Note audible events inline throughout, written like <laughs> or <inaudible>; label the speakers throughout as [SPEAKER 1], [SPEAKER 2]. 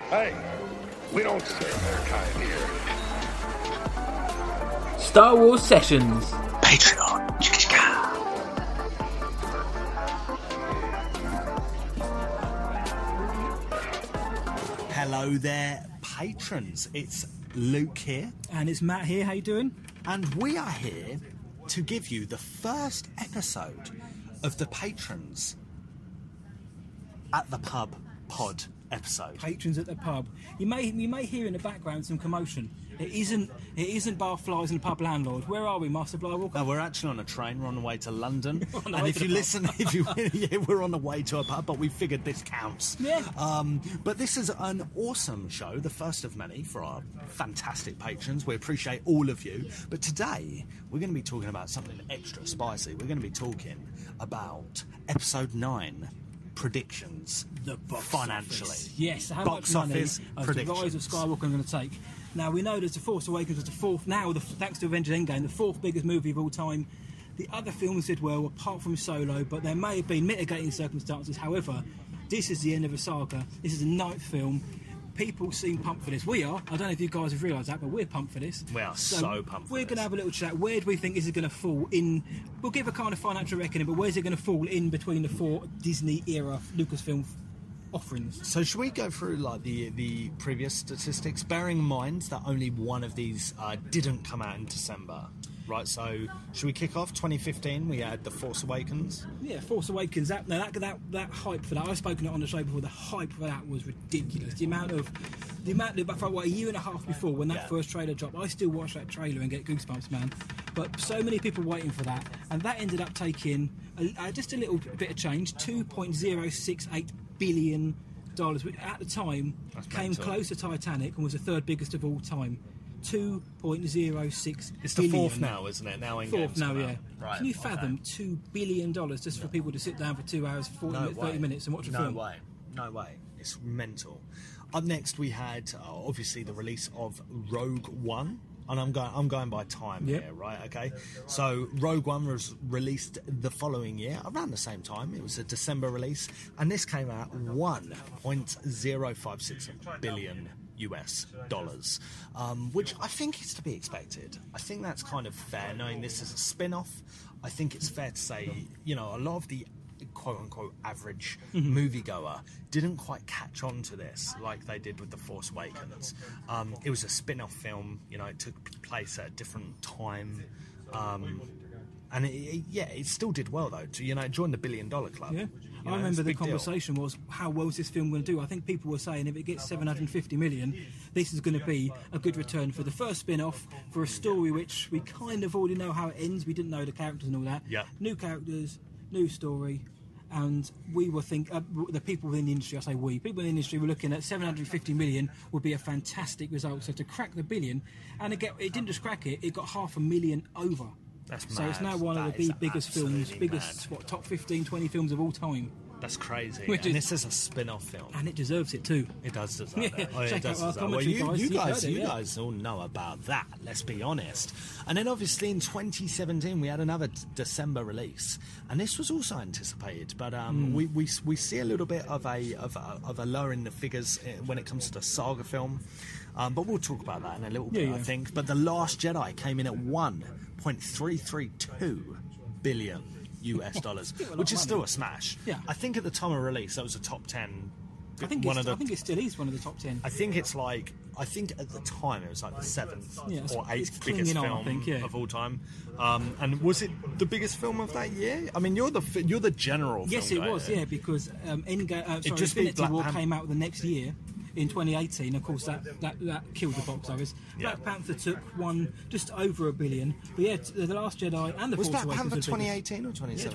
[SPEAKER 1] Hey, we don't serve that kind here.
[SPEAKER 2] Star Wars Sessions.
[SPEAKER 3] Patreon.
[SPEAKER 4] Hello there, patrons. It's Luke here,
[SPEAKER 5] And it's Matt here. How you doing?
[SPEAKER 4] and we are here to give you the first episode of the Patrons at the Pub Pod episode.
[SPEAKER 5] Patrons at the pub. You may you may hear in the background some commotion. It isn't it isn't barflies and the pub landlord. Where are we, Master Bly Walker?
[SPEAKER 4] Now we're actually on a train. We're on the way to London,
[SPEAKER 5] <laughs> on the
[SPEAKER 4] and
[SPEAKER 5] way
[SPEAKER 4] if
[SPEAKER 5] to
[SPEAKER 4] you
[SPEAKER 5] the
[SPEAKER 4] listen, <laughs> if you yeah, we're on the way to a pub, but we figured this counts.
[SPEAKER 5] Yeah.
[SPEAKER 4] Um, but this is an awesome show, the first of many for our fantastic patrons. We appreciate all of you. But today we're going to be talking about something extra spicy. We're going to be talking about episode nine predictions. The financially,
[SPEAKER 5] office. Yes, how
[SPEAKER 4] box
[SPEAKER 5] much money
[SPEAKER 4] office
[SPEAKER 5] is the
[SPEAKER 4] predictions.
[SPEAKER 5] rise of Skywalker going to take? Now we know there's the Force Awakens was the fourth. Now, the, thanks to Avengers Endgame, the fourth biggest movie of all time. The other films did well, apart from Solo, but there may have been mitigating circumstances. However, this is the end of a saga. This is the ninth film. People seem pumped for this. We are. I don't know if you guys have realised that, but we're pumped for this.
[SPEAKER 4] We are so pumped for
[SPEAKER 5] We're
[SPEAKER 4] this.
[SPEAKER 5] going to have a little chat. Where do we think this is going to fall in? We'll give a kind of financial reckoning, but where's it going to fall in between the four Disney era Lucasfilm offerings?
[SPEAKER 4] So should we go through like the the previous statistics, bearing in mind that only one of these uh, didn't come out in December, right? So should we kick off 2015? We had The Force Awakens.
[SPEAKER 5] Yeah, Force Awakens. That, no, that that that hype for that. I've spoken on the show before. The hype for that was ridiculous. The amount of the amount of about what a year and a half before when that
[SPEAKER 4] Yeah.
[SPEAKER 5] first trailer dropped, I still watch that trailer and get goosebumps, man. But so many people waiting for that, and that ended up taking a, uh, just a little bit of change, two point zero six eight billion dollars, which at the time
[SPEAKER 4] That's
[SPEAKER 5] came
[SPEAKER 4] mental.
[SPEAKER 5] close to Titanic and was the third biggest of all time. Two point zero six.
[SPEAKER 4] It's the fourth now, isn't it? Now in
[SPEAKER 5] Fourth now, yeah.
[SPEAKER 4] Right.
[SPEAKER 5] Can you fathom two billion dollars just for people to sit down for two hours, 40, minutes, thirty minutes, and watch a
[SPEAKER 4] no
[SPEAKER 5] film?
[SPEAKER 4] way. No way. It's mental. Up next, we had uh, obviously the release of Rogue One. And I'm going. I'm going by time
[SPEAKER 5] Yep.
[SPEAKER 4] here, right? Okay. So Rogue One was released the following year, around the same time. It was a December release, and this came out 1.056 billion US dollars, um, which I think is to be expected. I think that's kind of fair, knowing this is a spin-off. I think it's fair to say, you know, a lot of the quote unquote average
[SPEAKER 5] Mm-hmm.
[SPEAKER 4] moviegoer didn't quite catch on to this like they did with The Force Awakens. Um, it was a spin off film, you know, it took place at a different time. Um, and it, it- yeah, it still did well though. To, you know, join the billion dollar club.
[SPEAKER 5] Yeah.
[SPEAKER 4] You know,
[SPEAKER 5] I
[SPEAKER 4] it's
[SPEAKER 5] remember
[SPEAKER 4] a
[SPEAKER 5] the
[SPEAKER 4] big deal.
[SPEAKER 5] conversation was how well is this film going to do? I think people were saying if it gets 750 million, this is going to be a good return for the first spin off, for a story which we kind of already know how it ends. We didn't know the characters and all that.
[SPEAKER 4] Yeah.
[SPEAKER 5] New characters, new story. And we were think uh, w- the people within the industry. I say we people in the industry were looking at 750 million would be a fantastic result. So to crack the billion, and again, it didn't just crack it; it got half a million over.
[SPEAKER 4] That's
[SPEAKER 5] so it's
[SPEAKER 4] mad.
[SPEAKER 5] now one
[SPEAKER 4] That
[SPEAKER 5] of the
[SPEAKER 4] is
[SPEAKER 5] big, biggest films,
[SPEAKER 4] absolutely
[SPEAKER 5] biggest
[SPEAKER 4] mad.
[SPEAKER 5] what top 15, 20 films of all time,
[SPEAKER 4] That's crazy.
[SPEAKER 5] <laughs> Which
[SPEAKER 4] and
[SPEAKER 5] is-
[SPEAKER 4] this is a spin off film.
[SPEAKER 5] and it deserves it too.
[SPEAKER 4] It does deserve that.
[SPEAKER 5] Yeah,
[SPEAKER 4] Oh, it
[SPEAKER 5] check
[SPEAKER 4] does
[SPEAKER 5] out our
[SPEAKER 4] deserve that. Well,
[SPEAKER 5] commentary,
[SPEAKER 4] you,
[SPEAKER 5] guys.
[SPEAKER 4] you
[SPEAKER 5] You've
[SPEAKER 4] guys,
[SPEAKER 5] heard it,
[SPEAKER 4] you
[SPEAKER 5] yeah.
[SPEAKER 4] guys all know about that. Let's be honest. And then obviously in 2017 we had another d- December release, and this was also anticipated. But um,
[SPEAKER 5] Hmm.
[SPEAKER 4] we, we s- we see a little bit of a of a, of a lower in the figures eh, when it comes to the saga film. Um, but we'll talk about that in a little bit,
[SPEAKER 5] Yeah,
[SPEAKER 4] I
[SPEAKER 5] yeah.
[SPEAKER 4] think. But the Last Jedi came in at 1.332 billion
[SPEAKER 5] <laughs>
[SPEAKER 4] US dollars,
[SPEAKER 5] Still a lot
[SPEAKER 4] which
[SPEAKER 5] of
[SPEAKER 4] is
[SPEAKER 5] money.
[SPEAKER 4] still a smash.
[SPEAKER 5] Yeah.
[SPEAKER 4] I think at the time of release that was a top ten.
[SPEAKER 5] I think,
[SPEAKER 4] one
[SPEAKER 5] it's,
[SPEAKER 4] of the
[SPEAKER 5] I think it still is one of the top ten.
[SPEAKER 4] I think it's like I think at the time it was like the seventh
[SPEAKER 5] Yeah, it's-
[SPEAKER 4] or
[SPEAKER 5] it's
[SPEAKER 4] eighth
[SPEAKER 5] clinging
[SPEAKER 4] biggest
[SPEAKER 5] on, I
[SPEAKER 4] film
[SPEAKER 5] think, yeah.
[SPEAKER 4] of all time. Um, and was it the biggest film of that year? I mean, you're the fi- you're the general.
[SPEAKER 5] Yes, it
[SPEAKER 4] film guy
[SPEAKER 5] was.
[SPEAKER 4] here.
[SPEAKER 5] Yeah, because um, Endgame, uh, sorry,
[SPEAKER 4] just beat
[SPEAKER 5] Infinity
[SPEAKER 4] Black
[SPEAKER 5] War
[SPEAKER 4] Pan-
[SPEAKER 5] came out the next year in 2018. Of course, that that, that killed the box office.
[SPEAKER 4] Yeah.
[SPEAKER 5] Black Panther took one just over a billion. But yeah, t- the Last Jedi and the
[SPEAKER 4] Was
[SPEAKER 5] Force
[SPEAKER 4] Black
[SPEAKER 5] Awakens
[SPEAKER 4] Panther
[SPEAKER 5] were bigger.
[SPEAKER 4] 2018 or 2017?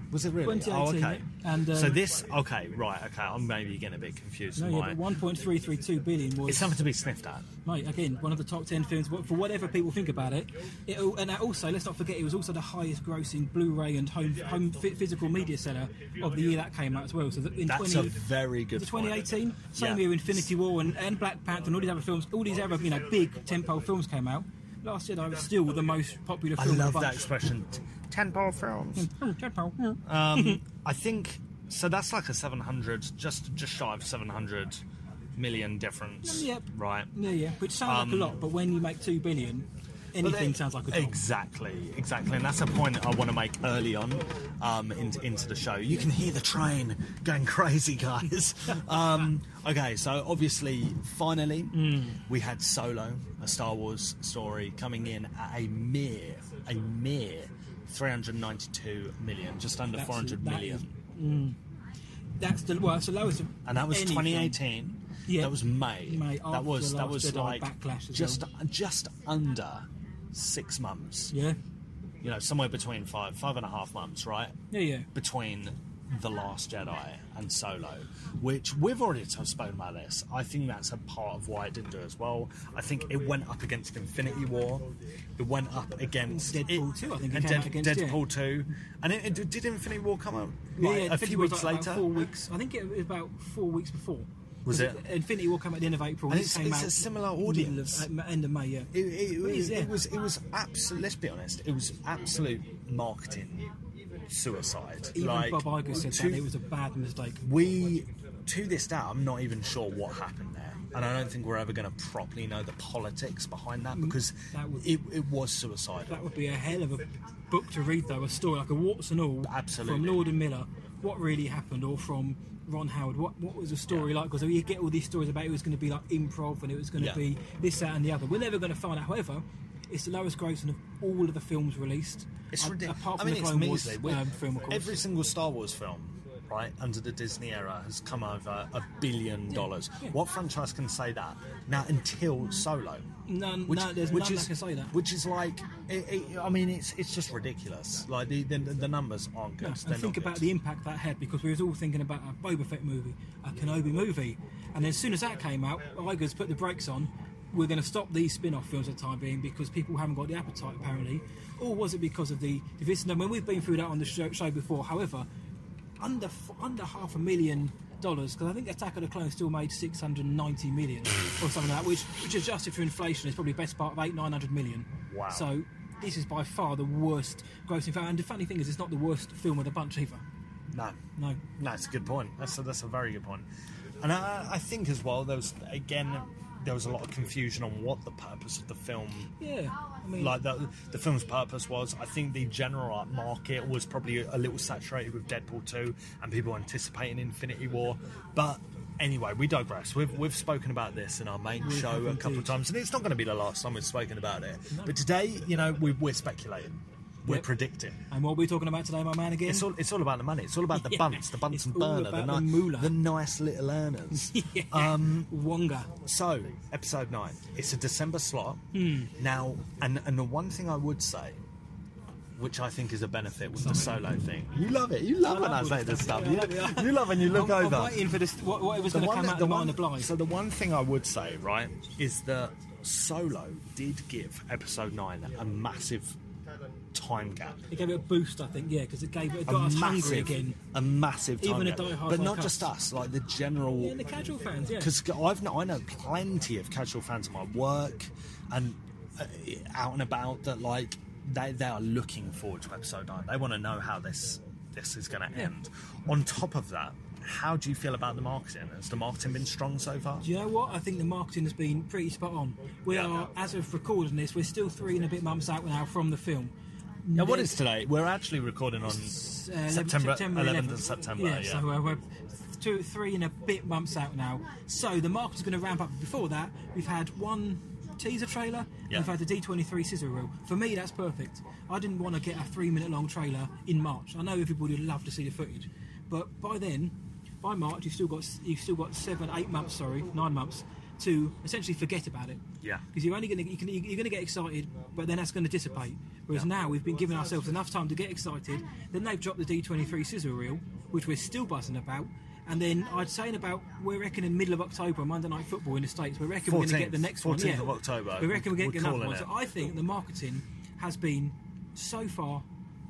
[SPEAKER 5] 2018.
[SPEAKER 4] Was it really? Oh,
[SPEAKER 5] 2018,
[SPEAKER 4] okay.
[SPEAKER 5] yeah. And, um,
[SPEAKER 4] so this, okay, right, okay. I'm maybe getting a bit confused.
[SPEAKER 5] No,
[SPEAKER 4] with
[SPEAKER 5] yeah,
[SPEAKER 4] mine.
[SPEAKER 5] but 1.332 billion was
[SPEAKER 4] It's something to be sniffed at.
[SPEAKER 5] Mate, again, one of the top 10 films, wh- for whatever people think about it. it al- and that also, let's not forget, it was also the highest grossing Blu ray and home, home fi- physical media seller of the year that came out as well. So that in
[SPEAKER 4] That's
[SPEAKER 5] 20,
[SPEAKER 4] a very good
[SPEAKER 5] was it 2018,
[SPEAKER 4] point.
[SPEAKER 5] same
[SPEAKER 4] Yeah.
[SPEAKER 5] year Infinity War and, and Black Panther and all these other films, all these other, you know, big tempo films came out. Last year, I was still the Oh, most popular
[SPEAKER 4] I
[SPEAKER 5] film.
[SPEAKER 4] love
[SPEAKER 5] of
[SPEAKER 4] that expression. Tentpole films.
[SPEAKER 5] that. <laughs>
[SPEAKER 4] Um, I think so. That's like a seven hundred, just just shy of seven hundred million difference.
[SPEAKER 5] Um, Yep.
[SPEAKER 4] Right.
[SPEAKER 5] Yeah, yeah. Which sounds like
[SPEAKER 4] Um,
[SPEAKER 5] a lot, but when you make two billion,
[SPEAKER 4] But
[SPEAKER 5] anything
[SPEAKER 4] it-
[SPEAKER 5] sounds like a job.
[SPEAKER 4] Exactly, exactly, and that's a point that I want to make early on um, into, into the show. You can hear the train going <laughs> crazy,
[SPEAKER 5] <laughs>
[SPEAKER 4] guys. um, okay, so obviously, finally,
[SPEAKER 5] Mm.
[SPEAKER 4] we had Solo, a Star Wars story, coming in at a mere, a mere. 392 million, just under
[SPEAKER 5] That's-
[SPEAKER 4] four hundred
[SPEAKER 5] that
[SPEAKER 4] million,
[SPEAKER 5] is- That's the well, that's the lowest. of
[SPEAKER 4] and that was
[SPEAKER 5] anything.
[SPEAKER 4] 2018.
[SPEAKER 5] Yeah.
[SPEAKER 4] That was May.
[SPEAKER 5] May,
[SPEAKER 4] that
[SPEAKER 5] after
[SPEAKER 4] was
[SPEAKER 5] the
[SPEAKER 4] that
[SPEAKER 5] last
[SPEAKER 4] was
[SPEAKER 5] Jedi
[SPEAKER 4] like
[SPEAKER 5] backlash as
[SPEAKER 4] just just under six months.
[SPEAKER 5] Yeah,
[SPEAKER 4] you know, somewhere between five, five and a half months, right?
[SPEAKER 5] yeah, yeah.
[SPEAKER 4] Between The Last Jedi and Solo, which we've already t- spoken about this. I think that's a part of why it didn't do as well. I think it went up against Infinity War. It went up against
[SPEAKER 5] Deadpool
[SPEAKER 4] it-
[SPEAKER 5] 2, I think it
[SPEAKER 4] and
[SPEAKER 5] came
[SPEAKER 4] Dead-
[SPEAKER 5] out against, yeah.
[SPEAKER 4] Deadpool Two, and it, it- did Infinity War come out
[SPEAKER 5] Yeah,
[SPEAKER 4] like,
[SPEAKER 5] yeah,
[SPEAKER 4] a
[SPEAKER 5] Infinity
[SPEAKER 4] few
[SPEAKER 5] War was
[SPEAKER 4] weeks
[SPEAKER 5] like about
[SPEAKER 4] later.
[SPEAKER 5] four weeks. I think it was about four weeks before.
[SPEAKER 4] Was
[SPEAKER 5] Because
[SPEAKER 4] it?
[SPEAKER 5] Infinity War came out at the end of April.
[SPEAKER 4] And
[SPEAKER 5] it
[SPEAKER 4] it's-
[SPEAKER 5] came
[SPEAKER 4] it's
[SPEAKER 5] out
[SPEAKER 4] a similar
[SPEAKER 5] middle of-
[SPEAKER 4] audience.
[SPEAKER 5] at end of May. Yeah,
[SPEAKER 4] It, it,
[SPEAKER 5] It is, yeah.
[SPEAKER 4] it was it was absolute. Let's be honest, it was absolute marketing suicide.
[SPEAKER 5] even
[SPEAKER 4] like
[SPEAKER 5] Bob Iger said
[SPEAKER 4] two-
[SPEAKER 5] that it was a bad mistake.
[SPEAKER 4] we to this day i'm not even sure what happened there and i don't think we're ever going to properly know the politics behind that because
[SPEAKER 5] Mm-hmm. That would-
[SPEAKER 4] it, it was suicidal
[SPEAKER 5] That would be a hell of a book to read, though. A story like a warts and all
[SPEAKER 4] Absolutely.
[SPEAKER 5] from Lord and Miller. What really happened, or from Ron Howard? What what was the story like? 'Cause like? Because you get all these stories about it was going to be like improv and it was going to
[SPEAKER 4] Yeah.
[SPEAKER 5] be this, that, and the other. We're never going to find out. However, it's the lowest grossing of all of the films released.
[SPEAKER 4] it's
[SPEAKER 5] A-
[SPEAKER 4] ridiculous
[SPEAKER 5] Apart
[SPEAKER 4] i
[SPEAKER 5] from
[SPEAKER 4] mean
[SPEAKER 5] the
[SPEAKER 4] it's
[SPEAKER 5] Clone Wars
[SPEAKER 4] measly We-
[SPEAKER 5] um, film, of course.
[SPEAKER 4] every single star wars film right under the disney era has come over a billion dollars
[SPEAKER 5] yeah.
[SPEAKER 4] what franchise can say that now until solo
[SPEAKER 5] None- no, there's none that can say that.
[SPEAKER 4] Which is like, it, it, I mean, it's it's just ridiculous. Like the the, the numbers aren't good.
[SPEAKER 5] No,
[SPEAKER 4] They're
[SPEAKER 5] and think
[SPEAKER 4] not
[SPEAKER 5] about
[SPEAKER 4] good.
[SPEAKER 5] the impact that had because we was all thinking about a Boba Fett movie, a Kenobi movie, and as soon as that came out, Iger's put the brakes on. We're going to stop these spin-off films for the time being because people haven't got the appetite, apparently. Or was it because of the divisive? I mean, we've been through that on the show, show before. However, under f- under half a million dollars because I think Attack of the Clones still made 690 million or something like that, which which adjusted for inflation is probably the best part of eight 900 million.
[SPEAKER 4] Wow.
[SPEAKER 5] So this is by far the worst grossing film. And the funny thing is, it's not the worst film of the bunch either.
[SPEAKER 4] no,
[SPEAKER 5] No.
[SPEAKER 4] No, it's a good point. That's a, that's a very good point. And I, I think as well, there was again, there was a lot of confusion on what the purpose of the film,
[SPEAKER 5] Yeah. I mean,
[SPEAKER 4] like the the film's purpose was. I think the general market was probably a little saturated with Deadpool two, and people anticipating Infinity War. But anyway, we digress. We've we've spoken about this in our main
[SPEAKER 5] We
[SPEAKER 4] show
[SPEAKER 5] have
[SPEAKER 4] a couple of
[SPEAKER 5] indeed.
[SPEAKER 4] times, and it's not going to be the last time we've spoken about it. But today, you know, we, we're speculating, we're
[SPEAKER 5] Yep.
[SPEAKER 4] predicting.
[SPEAKER 5] and what are we talking about today, my man? Again.
[SPEAKER 4] It's all, it's all about the money. It's all about
[SPEAKER 5] <laughs>
[SPEAKER 4] the
[SPEAKER 5] Yeah.
[SPEAKER 4] bunts, the bunts
[SPEAKER 5] It's
[SPEAKER 4] and
[SPEAKER 5] all
[SPEAKER 4] burner, the,
[SPEAKER 5] about
[SPEAKER 4] ni-
[SPEAKER 5] the moolah.
[SPEAKER 4] the nice little earners.
[SPEAKER 5] yeah.
[SPEAKER 4] um,
[SPEAKER 5] Wonga.
[SPEAKER 4] so, episode nine. It's a December slot.
[SPEAKER 5] Hmm.
[SPEAKER 4] Now, and, and the one thing I would say, which I think is a benefit with the solo thing. You love it. You love when I
[SPEAKER 5] love
[SPEAKER 4] say
[SPEAKER 5] all
[SPEAKER 4] this
[SPEAKER 5] this
[SPEAKER 4] stuff.
[SPEAKER 5] stuff.
[SPEAKER 4] You,
[SPEAKER 5] Yeah, yeah.
[SPEAKER 4] <laughs> you love when you look
[SPEAKER 5] I'm,
[SPEAKER 4] over.
[SPEAKER 5] I'm waiting for this. What, what was going to come out of Mind the Blind?
[SPEAKER 4] So the one thing I would say, right, is that Solo did give episode nine a massive time gap
[SPEAKER 5] it gave it a boost, I think. Yeah, because it gave it got us hungry again.
[SPEAKER 4] a massive time
[SPEAKER 5] Even a
[SPEAKER 4] gap.
[SPEAKER 5] die-hard
[SPEAKER 4] but
[SPEAKER 5] like
[SPEAKER 4] not
[SPEAKER 5] us.
[SPEAKER 4] just us, like the general.
[SPEAKER 5] Yeah, the casual fans. Yeah.
[SPEAKER 4] Because I've kn- I know plenty of casual fans at my work and uh, out and about that like they they are looking forward to episode nine. They want to know how this this is going to
[SPEAKER 5] Yeah.
[SPEAKER 4] end. On top of that, how do you feel about the marketing? Has the marketing been strong so far?
[SPEAKER 5] Do you know what? I think the marketing has been pretty spot on. We
[SPEAKER 4] Yeah.
[SPEAKER 5] are, as of recording this, we're still three and a bit months out now from the film.
[SPEAKER 4] Now, what is today? We're actually recording on
[SPEAKER 5] Uh,
[SPEAKER 4] September, 11th of September.
[SPEAKER 5] Yeah,
[SPEAKER 4] Yeah,
[SPEAKER 5] so uh, we're two, three and a bit months out now. So the marketing's going to ramp up. Before that, we've had one teaser trailer. and
[SPEAKER 4] Yeah.
[SPEAKER 5] We've had the D23 scissor reel. For me, that's perfect. I didn't want to get a three-minute-long trailer in March. I know everybody would love to see the footage, but by then, by March, you've still got you've still got seven, eight months, sorry, nine months to essentially forget about it.
[SPEAKER 4] Yeah.
[SPEAKER 5] Because you're only going to you can, you're going to get excited, but then that's going to dissipate. Whereas now we've been giving ourselves enough time to get excited. Then they've dropped the D23 scissor reel, which we're still buzzing about. And then I'd say in about we're reckoning middle of October, Monday night football in the states. We reckon we're going to
[SPEAKER 4] 14th,
[SPEAKER 5] get the next one.
[SPEAKER 4] 14th
[SPEAKER 5] yeah.
[SPEAKER 4] of October,
[SPEAKER 5] We reckon we're going
[SPEAKER 4] we're
[SPEAKER 5] to get another
[SPEAKER 4] calling
[SPEAKER 5] one. So
[SPEAKER 4] it.
[SPEAKER 5] I think the marketing has been so far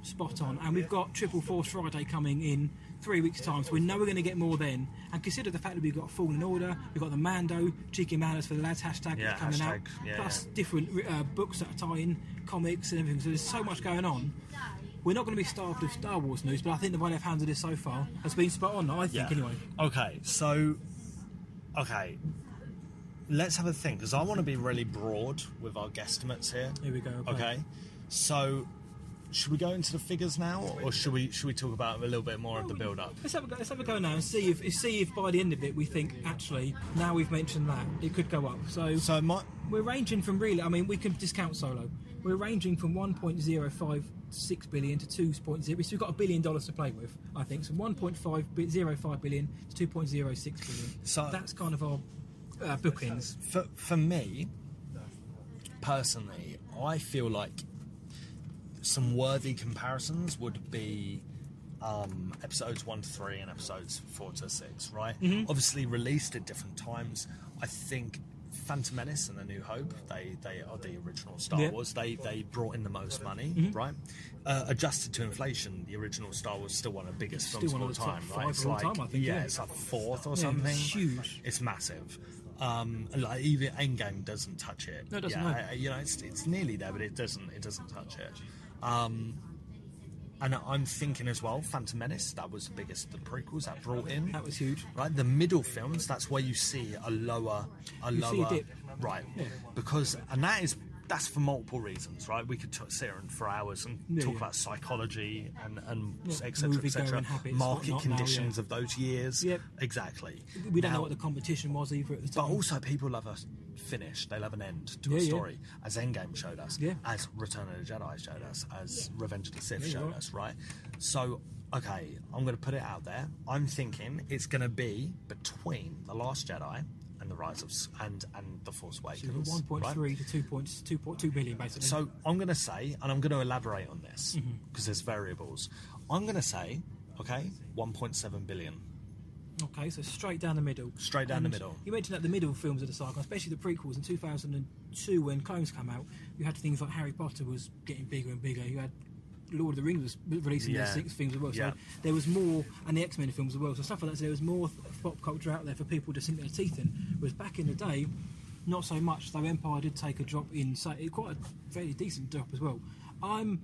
[SPEAKER 5] spot on, and we've got Triple Force Friday coming in three weeks' time, so we know we're going to get more then. And consider the fact that we've got Fallen Order, we've got the Mando, Cheeky Manners for the Lads hashtag
[SPEAKER 4] Yeah,
[SPEAKER 5] that's coming out,
[SPEAKER 4] hashtag, yeah,
[SPEAKER 5] plus
[SPEAKER 4] yeah.
[SPEAKER 5] different uh, books that tie in, comics and everything. So there's so much going on. We're not going to be starved of Star Wars news, but I think the way they've handled it so far has been spot on. I think, anyway.
[SPEAKER 4] Okay, so Okay, let's have a think because I want to be really broad with our guesstimates here.
[SPEAKER 5] Here we go, okay.
[SPEAKER 4] Okay, so should we go into the figures now, or should we should we talk about a little bit more of the build up?
[SPEAKER 5] Let's have a go. Let's have a go now and see if see if by the end of it we think actually now we've mentioned that it could go up. So,
[SPEAKER 4] So my
[SPEAKER 5] we're ranging from really. I mean, we can discount solo. We're ranging from 1.056 billion to 2.0. So we've got a billion dollars to play with. I think so. 1.505 billion to 2.06 billion.
[SPEAKER 4] So-
[SPEAKER 5] that's kind of our uh, bookings.
[SPEAKER 4] for for me personally, I feel like some worthy comparisons would be um, episodes one to three and episodes four to six, right?
[SPEAKER 5] Mm-hmm.
[SPEAKER 4] Obviously released at different times. I think Phantom Menace and The New Hope, they they are the original Star
[SPEAKER 5] Yeah. Mm-hmm.
[SPEAKER 4] Wars. They they brought in the most money, right? Uh, adjusted to inflation, the original Star Wars still one of the biggest
[SPEAKER 5] Still
[SPEAKER 4] films
[SPEAKER 5] one
[SPEAKER 4] of
[SPEAKER 5] of
[SPEAKER 4] all
[SPEAKER 5] the top
[SPEAKER 4] time,
[SPEAKER 5] five
[SPEAKER 4] right? It's
[SPEAKER 5] of all
[SPEAKER 4] like
[SPEAKER 5] time, I think, yeah.
[SPEAKER 4] it's like fourth or
[SPEAKER 5] Yeah,
[SPEAKER 4] something.
[SPEAKER 5] it's huge.
[SPEAKER 4] It's massive. Um, like even Endgame doesn't touch it.
[SPEAKER 5] No, it doesn't,
[SPEAKER 4] Yeah,
[SPEAKER 5] no.
[SPEAKER 4] I- I- you know, it's it's nearly there, but it doesn't it doesn't touch it. Um, and I'm thinking as well, Phantom Menace. That was the biggest of the prequels that brought in.
[SPEAKER 5] That was huge.
[SPEAKER 4] Right, the middle films. That's where you see a lower, a
[SPEAKER 5] You see a
[SPEAKER 4] lower,
[SPEAKER 5] dip.
[SPEAKER 4] right? Because and that is that's for multiple reasons, right? We could t- sit here and for hours and
[SPEAKER 5] Yeah,
[SPEAKER 4] talk
[SPEAKER 5] yeah.
[SPEAKER 4] about psychology and and
[SPEAKER 5] Yeah,
[SPEAKER 4] etc.
[SPEAKER 5] movie
[SPEAKER 4] etc.
[SPEAKER 5] going habits,
[SPEAKER 4] Market
[SPEAKER 5] whatnot now, yeah.
[SPEAKER 4] conditions of those years.
[SPEAKER 5] Yep.
[SPEAKER 4] Exactly.
[SPEAKER 5] We don't
[SPEAKER 4] Now-
[SPEAKER 5] know what the competition was either at the
[SPEAKER 4] but
[SPEAKER 5] time.
[SPEAKER 4] also, people love a finish. They love an end to a
[SPEAKER 5] Yeah, yeah.
[SPEAKER 4] story, as Endgame showed us,
[SPEAKER 5] Yeah.
[SPEAKER 4] as Return of the Jedi showed us, as Revenge of the Sith
[SPEAKER 5] Yeah,
[SPEAKER 4] showed
[SPEAKER 5] right.
[SPEAKER 4] us, right? So, okay, I'm going to put it out there. I'm thinking it's going to be between The Last Jedi and The Rise of S- and and The Force Awakens.
[SPEAKER 5] one point
[SPEAKER 4] right?
[SPEAKER 5] three to two points, two point two billion basically.
[SPEAKER 4] So I'm going to say, and I'm going to elaborate on this
[SPEAKER 5] Mm-hmm.
[SPEAKER 4] because there's variables. I'm going to say, okay, 1.7 billion.
[SPEAKER 5] okay, so straight down the middle.
[SPEAKER 4] Straight down the
[SPEAKER 5] And
[SPEAKER 4] middle.
[SPEAKER 5] You mentioned that the middle films of the saga, especially the prequels in two thousand and two when Clones come out, you had things like Harry Potter was getting bigger and bigger. You had Lord of the Rings was releasing
[SPEAKER 4] Yeah.
[SPEAKER 5] their sixth films as well. So
[SPEAKER 4] Yeah.
[SPEAKER 5] there was more, and the X Men films as well. So stuff like that. So there was more th- pop culture out there for people to sink their teeth in. Whereas back in the day, not so much. Though Empire did take a drop in, so it- quite a fairly decent drop as well. I'm,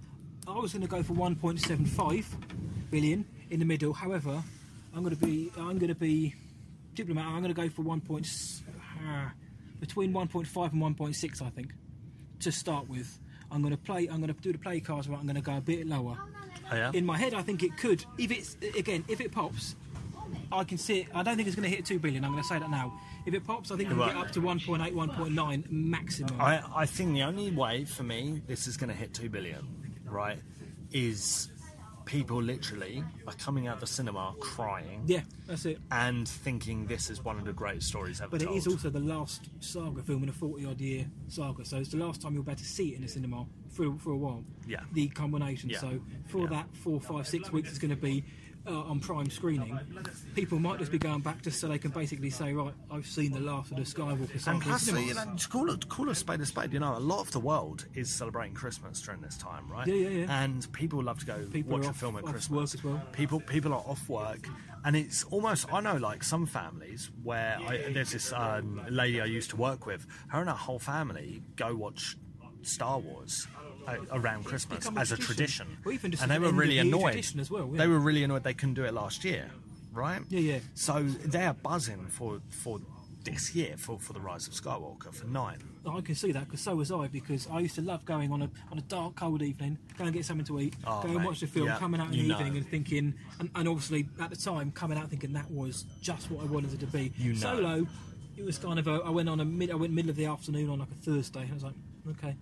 [SPEAKER 5] I was going to go for 1.75 billion in the middle. However, I'm going to be, I'm going to be diplomat. I'm going to go for 1. Point, uh, between 1.5 and 1.6, I think, to start with. I'm going to play. I'm going to do the play cards right. I'm going to go a bit lower
[SPEAKER 4] Oh, yeah?
[SPEAKER 5] in my head, I think it could. If it's again, if it pops, I can see it. I don't think it's going to hit two billion. I'm going to say that now. If it pops, I think it'll
[SPEAKER 4] Right.
[SPEAKER 5] get up to 1.8, 1.9 maximum.
[SPEAKER 4] I, I think the only way for me this is going to hit 2 billion, right, is people literally are coming out of the cinema crying
[SPEAKER 5] yeah, that's it.
[SPEAKER 4] and thinking this is one of the greatest stories ever
[SPEAKER 5] But
[SPEAKER 4] told.
[SPEAKER 5] it is also the last saga film in a 40 odd year saga, so it's the last time you'll be able to see it in a cinema for, for a while.
[SPEAKER 4] Yeah.
[SPEAKER 5] The combination.
[SPEAKER 4] Yeah.
[SPEAKER 5] So for
[SPEAKER 4] Yeah.
[SPEAKER 5] that four, five, six weeks it's going to be uh, on prime screening, people might just be going back just so they can basically say, right, I've seen the last of the Skywalker saga.
[SPEAKER 4] and
[SPEAKER 5] in
[SPEAKER 4] plus,
[SPEAKER 5] cinemas.
[SPEAKER 4] you know, to call it, call a spade a spade. You know, a lot of the world is celebrating Christmas during this time, right?
[SPEAKER 5] Yeah, yeah, yeah.
[SPEAKER 4] And people love to go
[SPEAKER 5] People are
[SPEAKER 4] watch a
[SPEAKER 5] off-
[SPEAKER 4] film at
[SPEAKER 5] off
[SPEAKER 4] Christmas.
[SPEAKER 5] work as well.
[SPEAKER 4] People, people are off work, and it's almost. I know, like some families where I, there's this um, lady I used to work with. Her and her whole family go watch Star Wars. uh, Around Christmas
[SPEAKER 5] become a
[SPEAKER 4] as a
[SPEAKER 5] tradition.
[SPEAKER 4] tradition,
[SPEAKER 5] Well, even just
[SPEAKER 4] and
[SPEAKER 5] as
[SPEAKER 4] they
[SPEAKER 5] an
[SPEAKER 4] were
[SPEAKER 5] end of
[SPEAKER 4] really
[SPEAKER 5] year
[SPEAKER 4] annoyed.
[SPEAKER 5] tradition as well, yeah.
[SPEAKER 4] They were really annoyed they couldn't do it last year, right?
[SPEAKER 5] Yeah, yeah.
[SPEAKER 4] So they are buzzing for for this year for, for the rise of Skywalker for nine.
[SPEAKER 5] I can see that because so was I because I used to love going on a on a dark cold evening, go and get something to eat,
[SPEAKER 4] Oh,
[SPEAKER 5] go and
[SPEAKER 4] mate.
[SPEAKER 5] watch the film,
[SPEAKER 4] Yeah,
[SPEAKER 5] coming out in
[SPEAKER 4] you
[SPEAKER 5] the
[SPEAKER 4] know.
[SPEAKER 5] evening and thinking, and, and obviously at the time coming out thinking that was just what I wanted it to be.
[SPEAKER 4] You know.
[SPEAKER 5] Solo, it was kind of a, I went on a mid I went middle of the afternoon on like a Thursday and I was like okay.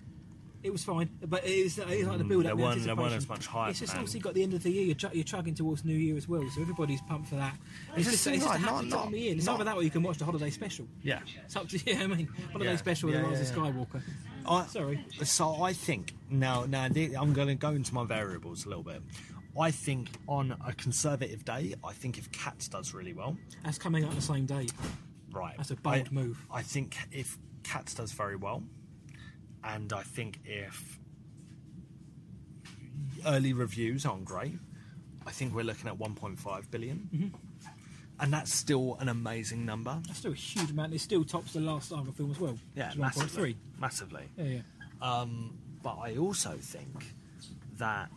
[SPEAKER 5] It was fine, but it was, it was like the build up.
[SPEAKER 4] there Mm, weren't- there weren't as much hype,
[SPEAKER 5] It's just
[SPEAKER 4] man.
[SPEAKER 5] obviously got the end of the year. You're, tr- you're chugging towards New Year as well, so everybody's pumped for that. It's,
[SPEAKER 4] just
[SPEAKER 5] just, it's just
[SPEAKER 4] like,
[SPEAKER 5] a
[SPEAKER 4] not-
[SPEAKER 5] happy
[SPEAKER 4] not-
[SPEAKER 5] time of year. It's
[SPEAKER 4] not-
[SPEAKER 5] either that or you can watch the holiday special.
[SPEAKER 4] Yeah.
[SPEAKER 5] It's up to you. <laughs> I mean, holiday
[SPEAKER 4] Yeah.
[SPEAKER 5] special with
[SPEAKER 4] Yeah,
[SPEAKER 5] the Rise
[SPEAKER 4] yeah,
[SPEAKER 5] of Skywalker.
[SPEAKER 4] I,
[SPEAKER 5] Sorry.
[SPEAKER 4] So I think now now the, I'm going to go into my variables a little bit. I think on a conservative day, I think if Cats does really well,
[SPEAKER 5] That's coming out the same day.
[SPEAKER 4] right,
[SPEAKER 5] That's a bold
[SPEAKER 4] I-
[SPEAKER 5] move.
[SPEAKER 4] I think if Cats does very well, and I think if early reviews aren't great, I think we're looking at 1.5 billion.
[SPEAKER 5] Mm-hmm.
[SPEAKER 4] and that's still an amazing number.
[SPEAKER 5] That's still a huge amount. It still tops the last Saga film as well.
[SPEAKER 4] Yeah,
[SPEAKER 5] It's 1.3.
[SPEAKER 4] massively. Massively.
[SPEAKER 5] Yeah, yeah.
[SPEAKER 4] Um, but I also think that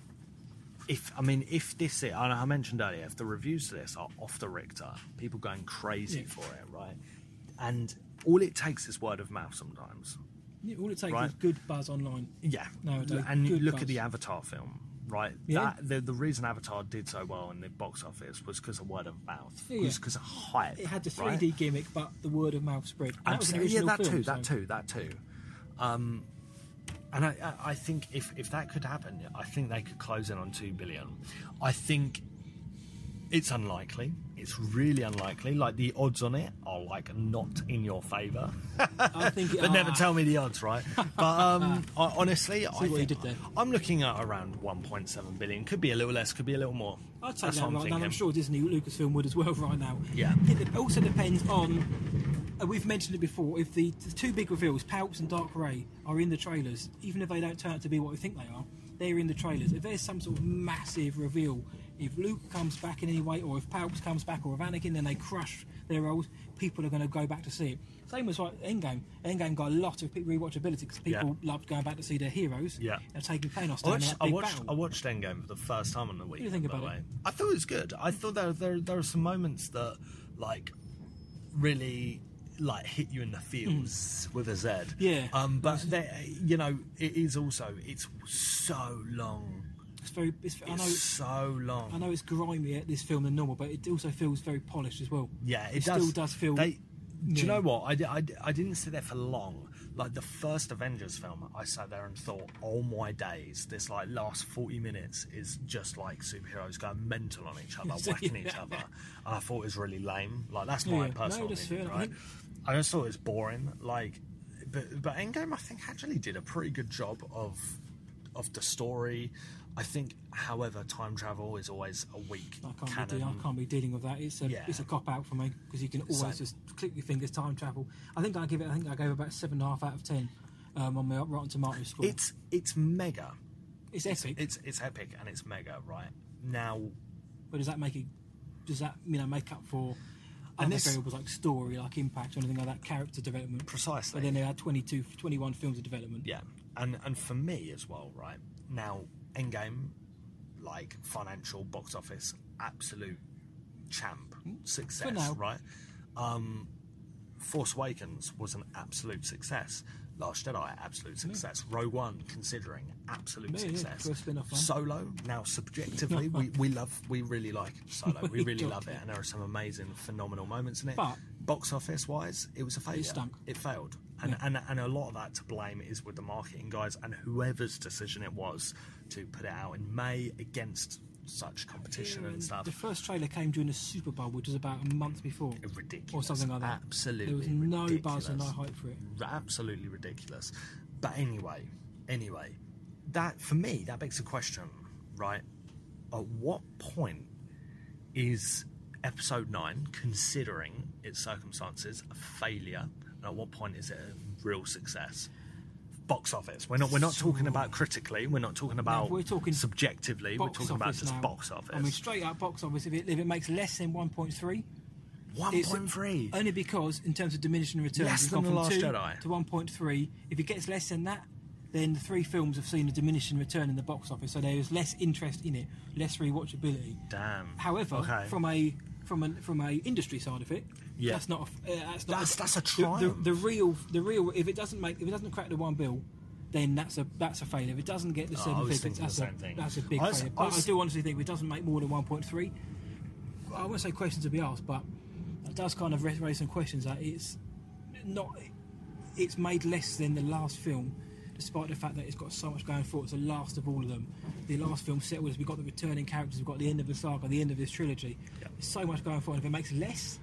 [SPEAKER 4] if I mean if this and I mentioned earlier, if the reviews to this are off the Richter, people going crazy
[SPEAKER 5] Yeah.
[SPEAKER 4] for it, right? and all it takes is word of mouth sometimes.
[SPEAKER 5] Yeah, All it takes
[SPEAKER 4] Right.
[SPEAKER 5] is good buzz online.
[SPEAKER 4] Yeah.
[SPEAKER 5] Nowadays,
[SPEAKER 4] and you
[SPEAKER 5] good
[SPEAKER 4] look
[SPEAKER 5] buzz.
[SPEAKER 4] at the Avatar film, right?
[SPEAKER 5] Yeah.
[SPEAKER 4] That, the, the reason Avatar did so well in the box office was because of word of mouth,
[SPEAKER 5] Yeah,
[SPEAKER 4] was
[SPEAKER 5] yeah.
[SPEAKER 4] because of hype.
[SPEAKER 5] It had the 3D
[SPEAKER 4] right?
[SPEAKER 5] gimmick, but the word of mouth spread. And that was an
[SPEAKER 4] Absolutely. Yeah,
[SPEAKER 5] original
[SPEAKER 4] that
[SPEAKER 5] film,
[SPEAKER 4] too, that
[SPEAKER 5] so-
[SPEAKER 4] too, that too. Um, and I, I- I think if, if that could happen, I think they could close in on two billion. I think it's unlikely. It's really unlikely. Like the odds on it are like not in your favour.
[SPEAKER 5] I
[SPEAKER 4] <laughs>
[SPEAKER 5] think.
[SPEAKER 4] But never
[SPEAKER 5] ah,
[SPEAKER 4] tell me the odds, right? But
[SPEAKER 5] <laughs>
[SPEAKER 4] um, I, honestly, I
[SPEAKER 5] what you
[SPEAKER 4] think
[SPEAKER 5] did there.
[SPEAKER 4] I'm looking at around 1.7 billion. Could be a little less. Could be a little more.
[SPEAKER 5] I'd take
[SPEAKER 4] That's
[SPEAKER 5] that
[SPEAKER 4] what
[SPEAKER 5] right now. and I'm sure Disney Lucasfilm would as well right now.
[SPEAKER 4] Yeah.
[SPEAKER 5] It de- also depends on. uh, We've mentioned it before. If the, the two big reveals, Palps and Dark Ray, are in the trailers, even if they don't turn out to be what we think they are, they're in the trailers. If there's some sort of massive reveal, if Luke comes back in any way, or if Palps comes back, or if Anakin, then they crush their roles, people are going to go back to see it. Same as like Endgame. Endgame got a lot of pe- rewatchability because people loved going back to see their heroes.
[SPEAKER 4] Yeah.
[SPEAKER 5] And taking Thanos
[SPEAKER 4] I
[SPEAKER 5] down in
[SPEAKER 4] watched,
[SPEAKER 5] that
[SPEAKER 4] I
[SPEAKER 5] big
[SPEAKER 4] watched, I
[SPEAKER 5] battle.
[SPEAKER 4] watched Endgame for the first time on the week.
[SPEAKER 5] you think
[SPEAKER 4] by
[SPEAKER 5] about
[SPEAKER 4] the
[SPEAKER 5] it?
[SPEAKER 4] way. I thought it was good. I thought there, there there are some moments that like really like hit you in the feels with a Z.
[SPEAKER 5] Hmm. Yeah.
[SPEAKER 4] Um, but they, you know, it is also it's so long.
[SPEAKER 5] It's very. It's, I
[SPEAKER 4] It's
[SPEAKER 5] know.
[SPEAKER 4] so long.
[SPEAKER 5] I know it's grimier this film than normal, but it also feels very polished as well.
[SPEAKER 4] Yeah, it,
[SPEAKER 5] still does feel.
[SPEAKER 4] They, do
[SPEAKER 5] Yeah.
[SPEAKER 4] you know what? I, di- I, di- I didn't sit there for long. Like the first Avengers film, I sat there and thought, "Oh my days! This like last forty minutes is just like superheroes going mental on each other, whacking
[SPEAKER 5] <laughs>
[SPEAKER 4] each
[SPEAKER 5] Yeah.
[SPEAKER 4] other." And I thought it was really lame. Like that's my
[SPEAKER 5] Yeah. No,
[SPEAKER 4] personal
[SPEAKER 5] that's
[SPEAKER 4] opinion,
[SPEAKER 5] fair. I
[SPEAKER 4] right?
[SPEAKER 5] think-
[SPEAKER 4] I just thought it was boring. Like, but but Endgame, I think actually did a pretty good job of of the story. I think, however, time travel is always a weak
[SPEAKER 5] I can't
[SPEAKER 4] canon.
[SPEAKER 5] be de- I can't be dealing with that. It's a
[SPEAKER 4] Yeah.
[SPEAKER 5] it's a cop out for me because you can always
[SPEAKER 4] Same.
[SPEAKER 5] just click your fingers, time travel. I think I give it. I think I gave about seven and a half out of ten um, on my Rotten Tomatoes score.
[SPEAKER 4] It's it's mega.
[SPEAKER 5] it's epic,
[SPEAKER 4] It's it's epic and it's mega, right? Now,
[SPEAKER 5] but does that make it? Does that you know make up for?
[SPEAKER 4] And
[SPEAKER 5] Other
[SPEAKER 4] this-
[SPEAKER 5] variables like story, like impact, or anything like that, character development.
[SPEAKER 4] Precisely.
[SPEAKER 5] But then they had 22, 21 films of development.
[SPEAKER 4] yeah, and and for me as well, right? Now, Endgame, like financial box office, absolute champ success,
[SPEAKER 5] Mm. for now.
[SPEAKER 4] right? Um, Force Awakens was an absolute success. Last Jedi, absolute success. Rogue One, considering absolute
[SPEAKER 5] Yeah, yeah,
[SPEAKER 4] success.
[SPEAKER 5] for a spin-off one.
[SPEAKER 4] Solo, now subjectively, we, we love, we really like
[SPEAKER 5] <laughs>
[SPEAKER 4] Solo. We
[SPEAKER 5] We
[SPEAKER 4] really
[SPEAKER 5] don't
[SPEAKER 4] love it,
[SPEAKER 5] care.
[SPEAKER 4] and there are some amazing, phenomenal moments in it.
[SPEAKER 5] But-
[SPEAKER 4] box office wise, it was a failure.
[SPEAKER 5] stunk.
[SPEAKER 4] It failed, and, and and a lot of that to blame is with the marketing guys and whoever's decision it was to put it out in May against such competition and stuff.
[SPEAKER 5] Um, The first trailer came during the Super Bowl, which was about a month before,
[SPEAKER 4] ridiculous,
[SPEAKER 5] or something like that.
[SPEAKER 4] Absolutely,
[SPEAKER 5] there was no
[SPEAKER 4] ridiculous.
[SPEAKER 5] buzz and no hype for it.
[SPEAKER 4] r- absolutely ridiculous. But anyway, anyway, that for me that begs the question, right? At what point is episode nine, considering its circumstances, a failure, and at what point is it a real success? Box office. We're not. We're not talking about critically. We're not talking about.
[SPEAKER 5] we're talking
[SPEAKER 4] subjectively. We're
[SPEAKER 5] Box
[SPEAKER 4] talking about
[SPEAKER 5] office
[SPEAKER 4] just
[SPEAKER 5] now.
[SPEAKER 4] box office.
[SPEAKER 5] I mean, straight up box office. If it, if it makes less than one point three,
[SPEAKER 4] One
[SPEAKER 5] it's
[SPEAKER 4] point three.
[SPEAKER 5] Only because in terms of diminishing returns,
[SPEAKER 4] Less
[SPEAKER 5] we've
[SPEAKER 4] than
[SPEAKER 5] gone
[SPEAKER 4] The
[SPEAKER 5] from
[SPEAKER 4] Last
[SPEAKER 5] two
[SPEAKER 4] Jedi.
[SPEAKER 5] to one point three. If it gets less than that, then the three films have seen a diminishing return in the box office, so there is less interest in it, less rewatchability.
[SPEAKER 4] Damn.
[SPEAKER 5] However,
[SPEAKER 4] Okay.
[SPEAKER 5] from a from an from a industry side of it,
[SPEAKER 4] Yeah.
[SPEAKER 5] that's not a, uh, that's not
[SPEAKER 4] That's- that's
[SPEAKER 5] the-
[SPEAKER 4] a
[SPEAKER 5] The,
[SPEAKER 4] triumph.
[SPEAKER 5] the real the real if it doesn't make if it doesn't crack the one bill, then that's a that's a failure. If it doesn't get the
[SPEAKER 4] Oh, I
[SPEAKER 5] seven
[SPEAKER 4] was
[SPEAKER 5] figures,
[SPEAKER 4] thinking
[SPEAKER 5] that's
[SPEAKER 4] the
[SPEAKER 5] a
[SPEAKER 4] same thing.
[SPEAKER 5] that's a big
[SPEAKER 4] I was-
[SPEAKER 5] failure.
[SPEAKER 4] I
[SPEAKER 5] But I,
[SPEAKER 4] was-
[SPEAKER 5] do honestly think if it doesn't make more than one point three, I won't say questions to be asked, but it does kind of ra- raise some questions that it's not it's made less than the last film, despite the fact that it's got so much going for it. It's the last of all of them. The last film settled us. We've got the returning characters. We've got the end of the saga, the end of this trilogy.
[SPEAKER 4] Yeah.
[SPEAKER 5] There's so much going for it. If it makes less,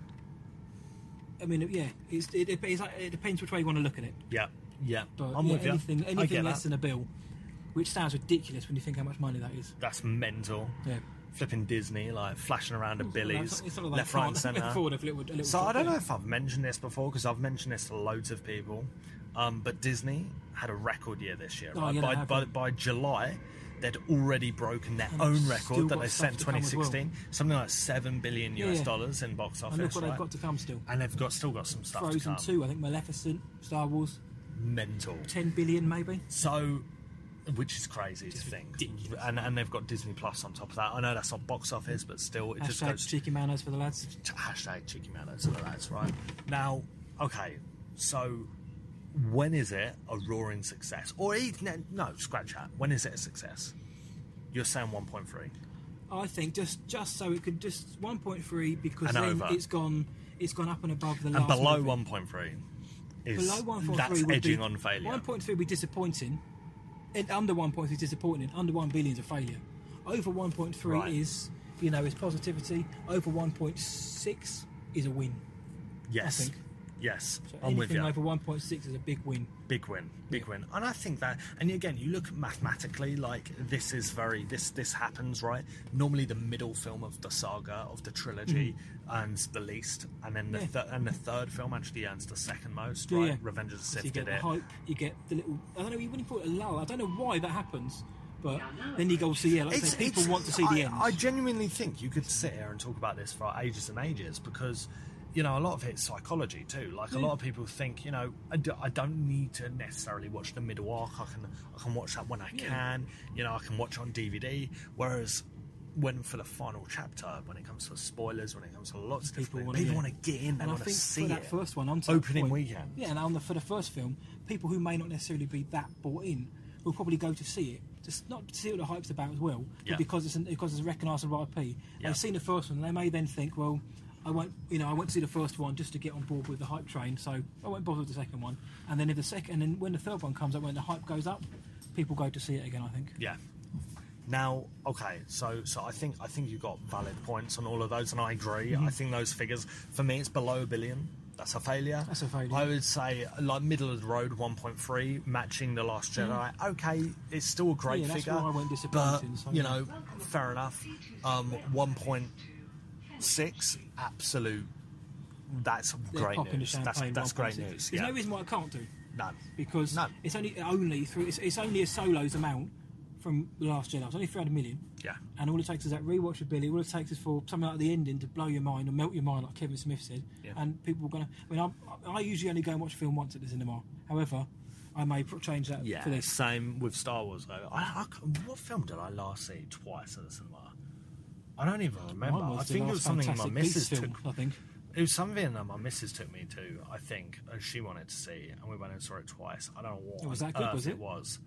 [SPEAKER 5] I mean, yeah, it's, it, dep- it's like, it depends which way you want to look at it.
[SPEAKER 4] Yeah, yeah.
[SPEAKER 5] But
[SPEAKER 4] I'm
[SPEAKER 5] yeah,
[SPEAKER 4] with you.
[SPEAKER 5] anything,
[SPEAKER 4] I
[SPEAKER 5] anything
[SPEAKER 4] get
[SPEAKER 5] less
[SPEAKER 4] that.
[SPEAKER 5] than a bill, which sounds ridiculous when you think how much money that is.
[SPEAKER 4] That's mental.
[SPEAKER 5] Yeah.
[SPEAKER 4] Flipping Disney, like flashing around at Billy's,
[SPEAKER 5] It's not like
[SPEAKER 4] left,
[SPEAKER 5] they
[SPEAKER 4] right, and
[SPEAKER 5] can't <laughs>
[SPEAKER 4] centre.
[SPEAKER 5] afford a little- a little
[SPEAKER 4] So I don't
[SPEAKER 5] bit.
[SPEAKER 4] know if I've mentioned this before because I've mentioned this to loads of people, um, but Disney had a record year this year.
[SPEAKER 5] Oh,
[SPEAKER 4] right?
[SPEAKER 5] yeah, they
[SPEAKER 4] by,
[SPEAKER 5] have,
[SPEAKER 4] by,
[SPEAKER 5] yeah.
[SPEAKER 4] by July, they'd already broken their own
[SPEAKER 5] still
[SPEAKER 4] record that
[SPEAKER 5] got
[SPEAKER 4] they
[SPEAKER 5] stuff
[SPEAKER 4] set in
[SPEAKER 5] to come as
[SPEAKER 4] 2016, something like seven billion
[SPEAKER 5] Yeah,
[SPEAKER 4] US
[SPEAKER 5] yeah.
[SPEAKER 4] dollars in box office.
[SPEAKER 5] And look what
[SPEAKER 4] right?
[SPEAKER 5] they've got to come still.
[SPEAKER 4] And they've got still got some stuff to
[SPEAKER 5] Frozen
[SPEAKER 4] come.
[SPEAKER 5] two, I think Maleficent, Star Wars,
[SPEAKER 4] Mental.
[SPEAKER 5] ten billion maybe.
[SPEAKER 4] So, which is crazy to think.
[SPEAKER 5] ridiculous.
[SPEAKER 4] And and they've got Disney Plus on top of that. I know that's not box office, but still, it just
[SPEAKER 5] Hashtag
[SPEAKER 4] goes
[SPEAKER 5] cheeky manners for the lads.
[SPEAKER 4] hashtag cheeky manners and all that. That's right. Now, okay, so when is it a roaring success? Or even, no, scratch that. When is it a success? You're saying 1.3.
[SPEAKER 5] I think just just so it could just 1.3 because
[SPEAKER 4] And
[SPEAKER 5] then
[SPEAKER 4] over.
[SPEAKER 5] it's gone it's gone up and above the
[SPEAKER 4] And
[SPEAKER 5] last
[SPEAKER 4] below
[SPEAKER 5] movie.
[SPEAKER 4] 1.3 is
[SPEAKER 5] below 1.3
[SPEAKER 4] that's
[SPEAKER 5] would
[SPEAKER 4] edging
[SPEAKER 5] be,
[SPEAKER 4] on failure.
[SPEAKER 5] 1.3 would be disappointing. And under 1.3 is disappointing. Under 1 billion is a failure. Over 1.3
[SPEAKER 4] Right.
[SPEAKER 5] is you know is positivity. Over 1.6 is a win.
[SPEAKER 4] yes.
[SPEAKER 5] think.
[SPEAKER 4] Yes,
[SPEAKER 5] So
[SPEAKER 4] I'm with
[SPEAKER 5] anything
[SPEAKER 4] you.
[SPEAKER 5] over 1.6 is a big win.
[SPEAKER 4] big win big win and i think that and again you look mathematically like this is very this this happens right normally the middle film of the saga of the trilogy earns the least and then the
[SPEAKER 5] Mm-hmm. Yeah.
[SPEAKER 4] thir- and the third film actually earns the second most
[SPEAKER 5] Yeah,
[SPEAKER 4] right
[SPEAKER 5] yeah.
[SPEAKER 4] revenge of the
[SPEAKER 5] So
[SPEAKER 4] sith
[SPEAKER 5] you get
[SPEAKER 4] did
[SPEAKER 5] the
[SPEAKER 4] it
[SPEAKER 5] hype, you get the little. I don't know. You wouldn't call it a lull. I don't know why that happens, but then you go see. Yeah, like I say, people want to see
[SPEAKER 4] I,
[SPEAKER 5] the end.
[SPEAKER 4] I genuinely think you could sit here and talk about this for ages and ages because, you know, a lot of it's psychology too. Like
[SPEAKER 5] Mm.
[SPEAKER 4] a lot of people think, you know, I, do, not need to necessarily watch the middle arc. I can I can watch that when I can. You know, I can watch on DVD. Whereas. When for the final chapter, when it comes to spoilers, when it comes to lots of
[SPEAKER 5] People
[SPEAKER 4] people,
[SPEAKER 5] wanna-
[SPEAKER 4] people
[SPEAKER 5] yeah.
[SPEAKER 4] want to get in, they
[SPEAKER 5] and I
[SPEAKER 4] want to
[SPEAKER 5] think
[SPEAKER 4] see
[SPEAKER 5] for that
[SPEAKER 4] it.
[SPEAKER 5] first one, on
[SPEAKER 4] opening weekend.
[SPEAKER 5] Yeah, and on the, for the first film, people who may not necessarily be that bought in will probably go to see it, just not to see what the hype's about as well, but
[SPEAKER 4] Yeah.
[SPEAKER 5] because it's an, because it's a recognisable IP.
[SPEAKER 4] Yeah.
[SPEAKER 5] They've seen the first one, they may then think, well, I won't, you know, I went to see the first one just to get on board with the hype train, so I won't bother with the second one. And then if the second, and then when the third one comes up, when the hype goes up, people go to see it again. I think.
[SPEAKER 4] Yeah. Now, okay, so so I think I think you got valid points on all of those, and I agree.
[SPEAKER 5] Mm-hmm.
[SPEAKER 4] I think those figures for me, it's below a billion. That's a failure.
[SPEAKER 5] That's a failure.
[SPEAKER 4] I would say like middle of the road, one point three, matching the Last Jedi. Okay, it's still a great
[SPEAKER 5] Mm-hmm. Yeah, that's
[SPEAKER 4] figure.
[SPEAKER 5] why I went disappointing,
[SPEAKER 4] But
[SPEAKER 5] so
[SPEAKER 4] you
[SPEAKER 5] yeah.
[SPEAKER 4] know, fair enough. Um, one point six, absolute. That's
[SPEAKER 5] They're
[SPEAKER 4] great
[SPEAKER 5] popping the
[SPEAKER 4] news. That's,
[SPEAKER 5] champagne,
[SPEAKER 4] that's great
[SPEAKER 5] 1.6.
[SPEAKER 4] news.
[SPEAKER 5] There's
[SPEAKER 4] Yeah.
[SPEAKER 5] no reason why I can't do.
[SPEAKER 4] no.
[SPEAKER 5] because
[SPEAKER 4] No.
[SPEAKER 5] it's only only through it's, it's only a solo's amount from the last Jedi. It's only 300 million.
[SPEAKER 4] Yeah.
[SPEAKER 5] And all it takes is that rewatchability. All it takes is for something like the ending to blow your mind or melt your mind, like Kevin Smith said.
[SPEAKER 4] Yeah.
[SPEAKER 5] And people are gonna. I mean, I'm, I usually only go and watch a film once at the cinema. However, I may pr- change that
[SPEAKER 4] Yeah,
[SPEAKER 5] for this.
[SPEAKER 4] same with Star Wars though. I, I c- what film did I last see twice at the cinema? I don't even remember.
[SPEAKER 5] Mine was
[SPEAKER 4] I
[SPEAKER 5] the
[SPEAKER 4] think it
[SPEAKER 5] last
[SPEAKER 4] was something my
[SPEAKER 5] Fantastic Beasts
[SPEAKER 4] missus took.
[SPEAKER 5] film, I think.
[SPEAKER 4] <laughs> It was something that my missus took me to. I think and she wanted to see, and we went and saw it twice. I don't know what
[SPEAKER 5] It was
[SPEAKER 4] on
[SPEAKER 5] that good,
[SPEAKER 4] earth
[SPEAKER 5] was it?
[SPEAKER 4] was.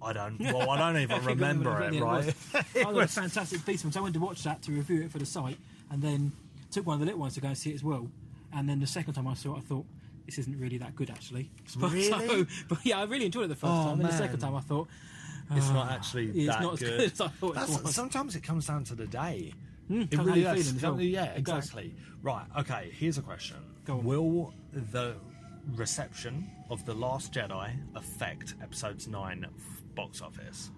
[SPEAKER 4] I don't. Well,
[SPEAKER 5] <laughs>
[SPEAKER 4] I don't even
[SPEAKER 5] I think I
[SPEAKER 4] remember
[SPEAKER 5] what
[SPEAKER 4] <laughs> it.
[SPEAKER 5] the end <laughs>
[SPEAKER 4] Right?
[SPEAKER 5] was. I was a fantastic piece of So I went to watch that to review it for the site, and then took one of the little ones to go and see it as well. And then the second time I saw it, I thought this isn't really that good actually. <laughs> But,
[SPEAKER 4] Really?
[SPEAKER 5] but yeah, I really enjoyed it the first
[SPEAKER 4] Oh,
[SPEAKER 5] time. And the second
[SPEAKER 4] man.
[SPEAKER 5] time I thought
[SPEAKER 4] It's not
[SPEAKER 5] yeah,
[SPEAKER 4] actually
[SPEAKER 5] Ah, it's
[SPEAKER 4] that
[SPEAKER 5] not as
[SPEAKER 4] good.
[SPEAKER 5] good as I thought it
[SPEAKER 4] That's-
[SPEAKER 5] was. Hmm,
[SPEAKER 4] Sometimes it comes down to the day.
[SPEAKER 5] how
[SPEAKER 4] it
[SPEAKER 5] you
[SPEAKER 4] really
[SPEAKER 5] feeling
[SPEAKER 4] does.
[SPEAKER 5] as well.
[SPEAKER 4] Yeah,
[SPEAKER 5] It does.
[SPEAKER 4] exactly. Right. Okay. Here's a question.
[SPEAKER 5] Go on.
[SPEAKER 4] Will the reception of the Last Jedi affect Episode's Nine f- box office?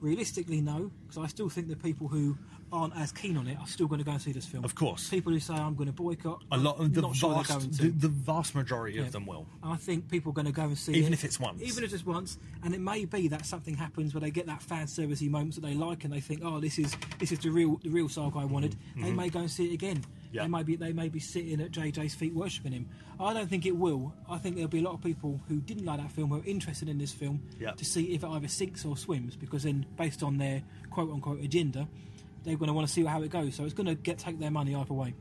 [SPEAKER 5] realistically no, because I still think the people who aren't as keen on it are still going to go and see this film.
[SPEAKER 4] Of course.
[SPEAKER 5] people who say I'm going to boycott
[SPEAKER 4] A lot of the
[SPEAKER 5] not
[SPEAKER 4] vast,
[SPEAKER 5] sure they're going to.
[SPEAKER 4] the, the vast majority
[SPEAKER 5] Yeah.
[SPEAKER 4] of them will.
[SPEAKER 5] I think people are going to go and see
[SPEAKER 4] Even
[SPEAKER 5] it.
[SPEAKER 4] if it's once.
[SPEAKER 5] Even if it's once, and it may be that something happens where they get that fan servicey moments that they like, and they think, "Oh, this is this is the real the real saga I wanted." They may go and see it again.
[SPEAKER 4] Mm-hmm. Yeah.
[SPEAKER 5] They may be they may be sitting at JJ's feet worshiping him. I don't think it will. I think there'll be a lot of people who didn't like that film who are interested in this film
[SPEAKER 4] Yeah.
[SPEAKER 5] to see if it either sinks or swims, because then based on their quote unquote agenda, they're going to want to see how it goes. So it's going to get take their money either way.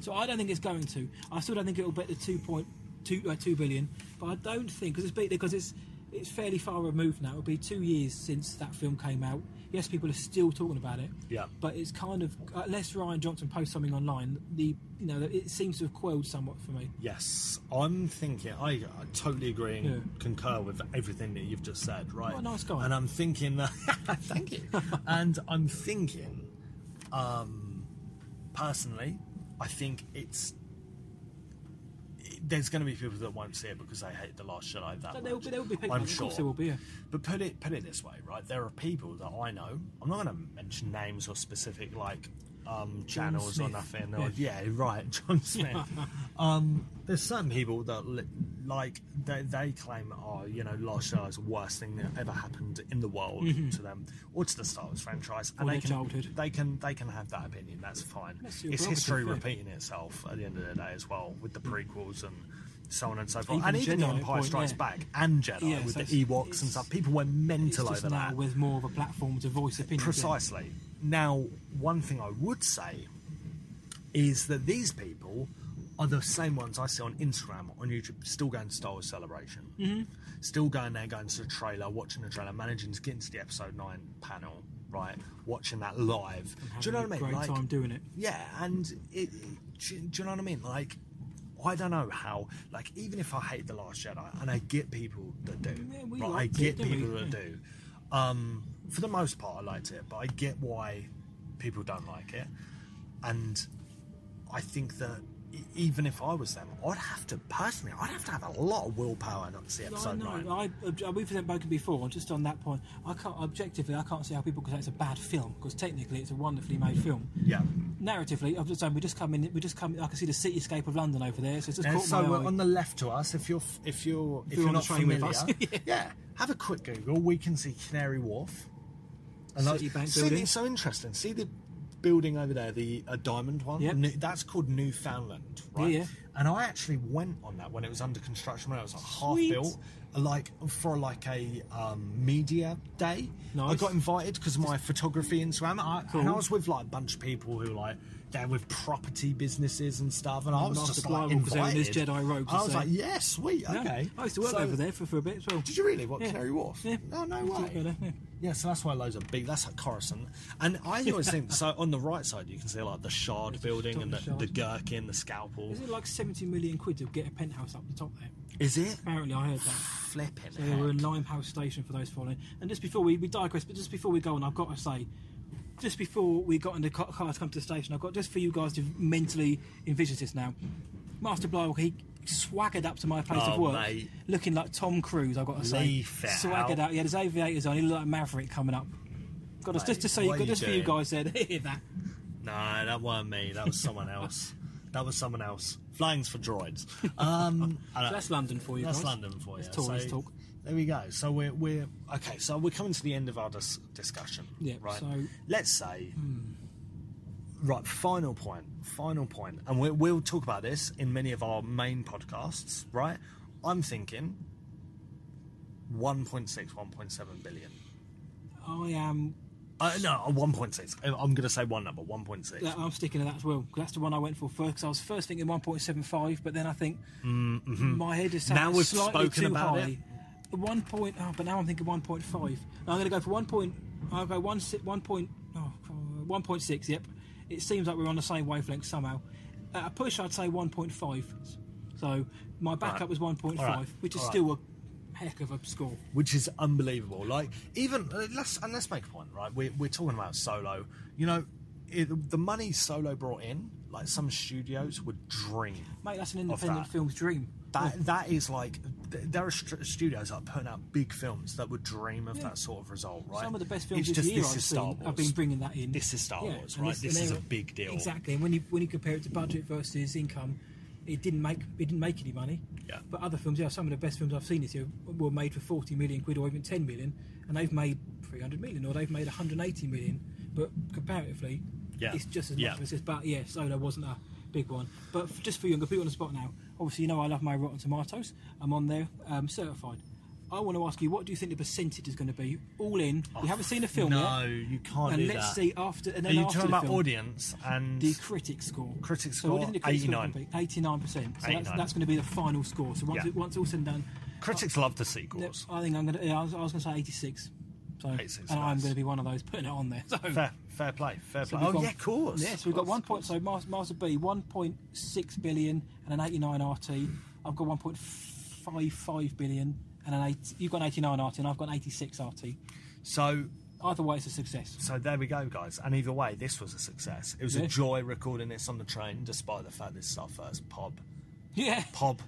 [SPEAKER 5] So I don't think it's going to. I still don't think it'll bet the two point two uh, two billion, but I don't think because it's be- because it's it's fairly far removed now. It'll be two years since that film came out. Yes, people are still talking about it.
[SPEAKER 4] Yeah.
[SPEAKER 5] But it's kind of unless Ryan Johnson posts something online, the you know it seems to have quelled somewhat for me.
[SPEAKER 4] Yes, I'm thinking. I, I totally agree and
[SPEAKER 5] Yeah.
[SPEAKER 4] concur with everything that you've just said. Right,
[SPEAKER 5] What a nice guy.
[SPEAKER 4] And I'm thinking. that- <laughs>
[SPEAKER 5] <laughs>
[SPEAKER 4] thank you. and I'm thinking, um, personally, I think it's. it- There's going to be people that won't see it because they hate the Last Jedi that
[SPEAKER 5] But
[SPEAKER 4] much.
[SPEAKER 5] there will be there will be people.
[SPEAKER 4] I'm
[SPEAKER 5] of
[SPEAKER 4] sure.
[SPEAKER 5] course there will be. Yeah.
[SPEAKER 4] But put it put it this way, right? There are people that I know. I'm not going to mention names or specific like um, channels or
[SPEAKER 5] Smith.
[SPEAKER 4] nothing. Or, yeah. right, <laughs> John Smith. um, there's certain people that li- like they, they claim are you know Last Jedi is the worst thing that ever happened in the world to them or to the Star Wars franchise, and
[SPEAKER 5] Mm-hmm. Or
[SPEAKER 4] they
[SPEAKER 5] their
[SPEAKER 4] can
[SPEAKER 5] childhood.
[SPEAKER 4] they can they can have that opinion. That's fine.
[SPEAKER 5] That's your
[SPEAKER 4] It's
[SPEAKER 5] prerogative,
[SPEAKER 4] history
[SPEAKER 5] yeah.
[SPEAKER 4] repeating itself at the end of the day as well with the prequels and. So on and so forth,
[SPEAKER 5] Even
[SPEAKER 4] and even
[SPEAKER 5] Jedi
[SPEAKER 4] the
[SPEAKER 5] at
[SPEAKER 4] Empire
[SPEAKER 5] point,
[SPEAKER 4] Strikes
[SPEAKER 5] yeah.
[SPEAKER 4] Back and Jedi
[SPEAKER 5] Yeah,
[SPEAKER 4] with
[SPEAKER 5] so
[SPEAKER 4] the
[SPEAKER 5] it's-
[SPEAKER 4] Ewoks and
[SPEAKER 5] it's-
[SPEAKER 4] stuff. People were mental
[SPEAKER 5] It's
[SPEAKER 4] over
[SPEAKER 5] just
[SPEAKER 4] that.
[SPEAKER 5] now with more of a platform to voice opinion.
[SPEAKER 4] Precisely. Now, one thing I would say is that these people are the same ones I see on Instagram, on YouTube, still going to Star Wars Celebration.
[SPEAKER 5] Mm-hmm.
[SPEAKER 4] Still going there, going to the trailer, watching the trailer, managing to get into the episode 9 panel, right? Watching that live. Do you know what I mean?
[SPEAKER 5] Great
[SPEAKER 4] Like,
[SPEAKER 5] time doing it.
[SPEAKER 4] yeah, and it, it- do, do you know what I mean? Like, I don't know how. Like, even if I hate the Last Jedi, and I get people that do,
[SPEAKER 5] Yeah, we
[SPEAKER 4] right? I
[SPEAKER 5] liked
[SPEAKER 4] get
[SPEAKER 5] it, didn't
[SPEAKER 4] people
[SPEAKER 5] we?
[SPEAKER 4] that do. Um, for the most part, I liked it, but I get why people don't like it, and I think that e- even if I was them, I'd have to personally, I'd have to have a lot of willpower not to see
[SPEAKER 5] I
[SPEAKER 4] episode nine.
[SPEAKER 5] know. I, obj- we've spoken before, just on that point. I can't objectively. I can't see how people can say it's a bad film because technically it's a wonderfully made film.
[SPEAKER 4] yeah.
[SPEAKER 5] Narratively, I'm just saying we just come in. We just come. I can see the cityscape of London over there. So it's just
[SPEAKER 4] And
[SPEAKER 5] caught
[SPEAKER 4] so
[SPEAKER 5] my
[SPEAKER 4] uh,
[SPEAKER 5] eye.
[SPEAKER 4] on the left to us, if you're f- if you're if,
[SPEAKER 5] you're
[SPEAKER 4] you're
[SPEAKER 5] on the
[SPEAKER 4] not
[SPEAKER 5] train
[SPEAKER 4] familiar,
[SPEAKER 5] with us. <laughs>
[SPEAKER 4] yeah. have a quick Google. We can see Canary Wharf,
[SPEAKER 5] City Bank
[SPEAKER 4] see,
[SPEAKER 5] building.
[SPEAKER 4] It's so interesting. See the building over there, the a diamond one.
[SPEAKER 5] Yep.
[SPEAKER 4] New- that's called Newfoundland, right?
[SPEAKER 5] Yeah, yeah.
[SPEAKER 4] And I actually went on that when it was under construction, when it was like half
[SPEAKER 5] Sweet.
[SPEAKER 4] built, like for like a um, media day. I
[SPEAKER 5] Nice.
[SPEAKER 4] got invited because of my photography and swam. I, And I
[SPEAKER 5] Cool.
[SPEAKER 4] was with like a bunch of people who like they're with property businesses and stuff, and I was
[SPEAKER 5] Master
[SPEAKER 4] just like
[SPEAKER 5] Blywell was there in
[SPEAKER 4] invited.
[SPEAKER 5] his Jedi robes
[SPEAKER 4] I
[SPEAKER 5] and
[SPEAKER 4] was
[SPEAKER 5] so-
[SPEAKER 4] like, yeah, sweet,
[SPEAKER 5] Yeah.
[SPEAKER 4] okay.
[SPEAKER 5] I used to work
[SPEAKER 4] So-
[SPEAKER 5] over there for, for a bit as well.
[SPEAKER 4] Did you really? What
[SPEAKER 5] Yeah.
[SPEAKER 4] Canary Wharf?
[SPEAKER 5] Yeah.
[SPEAKER 4] No, no
[SPEAKER 5] Used to
[SPEAKER 4] way.
[SPEAKER 5] go there, yeah.
[SPEAKER 4] Yeah, so that's why loads of big. That's like Coruscant, and I
[SPEAKER 5] <laughs>
[SPEAKER 4] always think so. On the right side, you can see like the Shard building and the,
[SPEAKER 5] Shard.
[SPEAKER 4] the Gherkin, the Scalpel.
[SPEAKER 5] Is it like 70 million quid to get a penthouse up the top there?
[SPEAKER 4] Is it
[SPEAKER 5] Apparently, I heard that.
[SPEAKER 4] flipping?
[SPEAKER 5] So we're in
[SPEAKER 4] heck.
[SPEAKER 5] Limehouse Station for those following. And just before we, we digress, but just before we go on, I've got to say, just before we got in the car, car to come to the station, I've got just for you guys to mentally envisage this now. Master Blywell, he swaggered up to my place of
[SPEAKER 4] Oh,
[SPEAKER 5] work,
[SPEAKER 4] mate.
[SPEAKER 5] looking like Tom Cruise. I've got to say,
[SPEAKER 4] Leaf it
[SPEAKER 5] swaggered
[SPEAKER 4] out.
[SPEAKER 5] out. He had his aviators on. He looked like Maverick coming up. Got us just to
[SPEAKER 4] Mate,
[SPEAKER 5] say,
[SPEAKER 4] what are
[SPEAKER 5] got
[SPEAKER 4] you
[SPEAKER 5] just for you
[SPEAKER 4] doing?
[SPEAKER 5] guys there. <laughs> to hear that.
[SPEAKER 4] No, that wasn't me. That was someone else. that was someone else. Flying's for droids.
[SPEAKER 5] <laughs>
[SPEAKER 4] Um, I don't-
[SPEAKER 5] that's London for you
[SPEAKER 4] That's
[SPEAKER 5] guys.
[SPEAKER 4] London for you.
[SPEAKER 5] That's Tories
[SPEAKER 4] So,
[SPEAKER 5] talk.
[SPEAKER 4] There we go. So we're we're okay. So we're coming to the end of our dis- discussion.
[SPEAKER 5] Yeah,
[SPEAKER 4] Right.
[SPEAKER 5] so- Hmm.
[SPEAKER 4] Let's say. Right. Final point. Final point. And we, we'll talk about this in many of our main podcasts. Right. I'm thinking. 1.6, 1.7 billion.
[SPEAKER 5] I am.
[SPEAKER 4] Uh, no, 1.6. I'm going to say one number, 1.6.
[SPEAKER 5] that- Uh, I'm sticking to that as well. 'cause that's the one I went for first. Because I was first thinking 1.75, but then I think my head is sat
[SPEAKER 4] Mm-hmm. Now we've
[SPEAKER 5] slightly
[SPEAKER 4] spoken
[SPEAKER 5] too
[SPEAKER 4] about
[SPEAKER 5] high. One point, oh, but now I'm thinking 1.5. No, I'm going to go for one point. I'll go one, si- one point, oh, uh, 1.6. Yep. It seems like we're on the same wavelength somehow. At a push, I'd say 1.5. So my backup
[SPEAKER 4] Right.
[SPEAKER 5] was 1.5,
[SPEAKER 4] All right.
[SPEAKER 5] which is
[SPEAKER 4] All right.
[SPEAKER 5] still a heck of a score.
[SPEAKER 4] which is unbelievable. Like even uh, let's and let's make a point, right? We're we're talking about Solo. You know, it, the money Solo brought in, like some studios would dream.
[SPEAKER 5] Mate, that's an
[SPEAKER 4] of
[SPEAKER 5] independent
[SPEAKER 4] that.
[SPEAKER 5] film's dream.
[SPEAKER 4] That that is like th- there are st- studios that are putting out big films that would dream of
[SPEAKER 5] Yeah.
[SPEAKER 4] that sort of result, right?
[SPEAKER 5] Some of the best films
[SPEAKER 4] It's
[SPEAKER 5] of
[SPEAKER 4] just
[SPEAKER 5] the year
[SPEAKER 4] this
[SPEAKER 5] I've
[SPEAKER 4] is
[SPEAKER 5] seen
[SPEAKER 4] Star Wars.
[SPEAKER 5] have been bringing that in.
[SPEAKER 4] This is Star Wars,
[SPEAKER 5] and
[SPEAKER 4] right? This
[SPEAKER 5] and
[SPEAKER 4] is
[SPEAKER 5] they're-
[SPEAKER 4] a big deal.
[SPEAKER 5] Exactly. And when you when you compare it to budget versus income, it didn't make it didn't make any money.
[SPEAKER 4] Yeah.
[SPEAKER 5] But other films, yeah, some of the best films I've seen this year were made for forty million quid or even ten million, and they've made three hundred million or they've made one hundred eighty million. But comparatively,
[SPEAKER 4] Yeah.
[SPEAKER 5] it's just as
[SPEAKER 4] Yeah.
[SPEAKER 5] much. as this. But yeah, Solo wasn't a big one. But f- just for you, I'm gonna put you on the spot now. Obviously, you know I love my Rotten Tomatoes. I'm on there, um, certified. I want to ask you, what do you think the percentage is going to be all in? we haven't seen a film
[SPEAKER 4] Oh, No,
[SPEAKER 5] yet.
[SPEAKER 4] you can't
[SPEAKER 5] And
[SPEAKER 4] do
[SPEAKER 5] let's
[SPEAKER 4] that.
[SPEAKER 5] see after. And
[SPEAKER 4] Are
[SPEAKER 5] then
[SPEAKER 4] you
[SPEAKER 5] after
[SPEAKER 4] talking
[SPEAKER 5] the
[SPEAKER 4] about
[SPEAKER 5] film,
[SPEAKER 4] audience and
[SPEAKER 5] the critic score.
[SPEAKER 4] Critic
[SPEAKER 5] So what do you think
[SPEAKER 4] score,
[SPEAKER 5] the critic score will
[SPEAKER 4] 89.
[SPEAKER 5] be? 89%. So that's,
[SPEAKER 4] 89.
[SPEAKER 5] that's going to be the final score. So once,
[SPEAKER 4] Yeah.
[SPEAKER 5] it, once all said and done,
[SPEAKER 4] critics love the sequels?
[SPEAKER 5] I think I'm going to. Yeah, I was, I was going to say 86. So
[SPEAKER 4] 86,
[SPEAKER 5] and I'm
[SPEAKER 4] nice.
[SPEAKER 5] going to be one of those putting it on there. <laughs> So,
[SPEAKER 4] Fair, fair play, fair
[SPEAKER 5] so
[SPEAKER 4] play.
[SPEAKER 5] we've
[SPEAKER 4] Oh
[SPEAKER 5] got-
[SPEAKER 4] yeah, of course.
[SPEAKER 5] Yeah, so we've got
[SPEAKER 4] Of
[SPEAKER 5] one
[SPEAKER 4] course,
[SPEAKER 5] point. So Master, Master B, 1.6 billion and an 89 RT. I've got 1.55 billion and an eight. You've got an 89 RT and I've got an 86 RT.
[SPEAKER 4] So
[SPEAKER 5] Either way, it's a success. <laughs>
[SPEAKER 4] So there we go, guys. And either way, this was a success. It was
[SPEAKER 5] Yeah.
[SPEAKER 4] a joy recording this on the train, despite the fact this is our first pub.
[SPEAKER 5] Yeah,
[SPEAKER 4] Pub.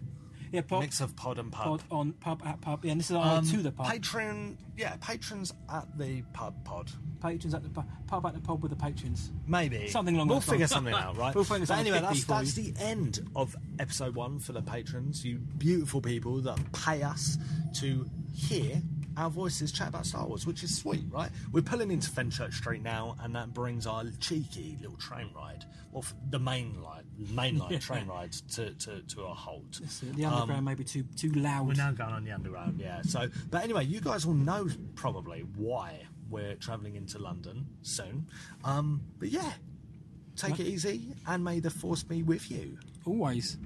[SPEAKER 5] yeah. Pop,
[SPEAKER 4] Mix of pod and pub. Um,
[SPEAKER 5] pod on pub at pub. Yeah, and this is our way to the pub.
[SPEAKER 4] Patron, yeah, patrons at the pub pod.
[SPEAKER 5] patrons at the pub, pub at the pub with the patrons.
[SPEAKER 4] Maybe
[SPEAKER 5] Something along
[SPEAKER 4] We'll
[SPEAKER 5] those
[SPEAKER 4] figure
[SPEAKER 5] lines.
[SPEAKER 4] something out,
[SPEAKER 5] <laughs>
[SPEAKER 4] right?
[SPEAKER 5] We'll figure
[SPEAKER 4] But
[SPEAKER 5] something
[SPEAKER 4] Anyway, that's,
[SPEAKER 5] for
[SPEAKER 4] that's
[SPEAKER 5] you.
[SPEAKER 4] the end of episode one for the patrons. You beautiful people that pay us to hear our voices chat about Star Wars, which is sweet, right? We're pulling into Fenchurch Street now, and that brings our cheeky little train ride, well, f- the main line,
[SPEAKER 5] <laughs>
[SPEAKER 4] main line train ride to, to, to a halt.
[SPEAKER 5] So the underground may be too too loud.
[SPEAKER 4] Um, We're now going on the underground, yeah. So, but anyway, you guys will know probably why we're travelling into London soon. Um, but yeah, take it easy and may the force be with you.
[SPEAKER 5] always.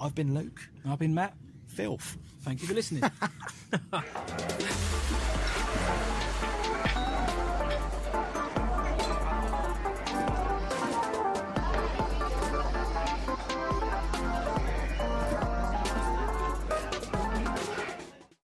[SPEAKER 4] I've been Luke.
[SPEAKER 5] I've been Matt.
[SPEAKER 4] Filth.
[SPEAKER 5] Thank you for listening.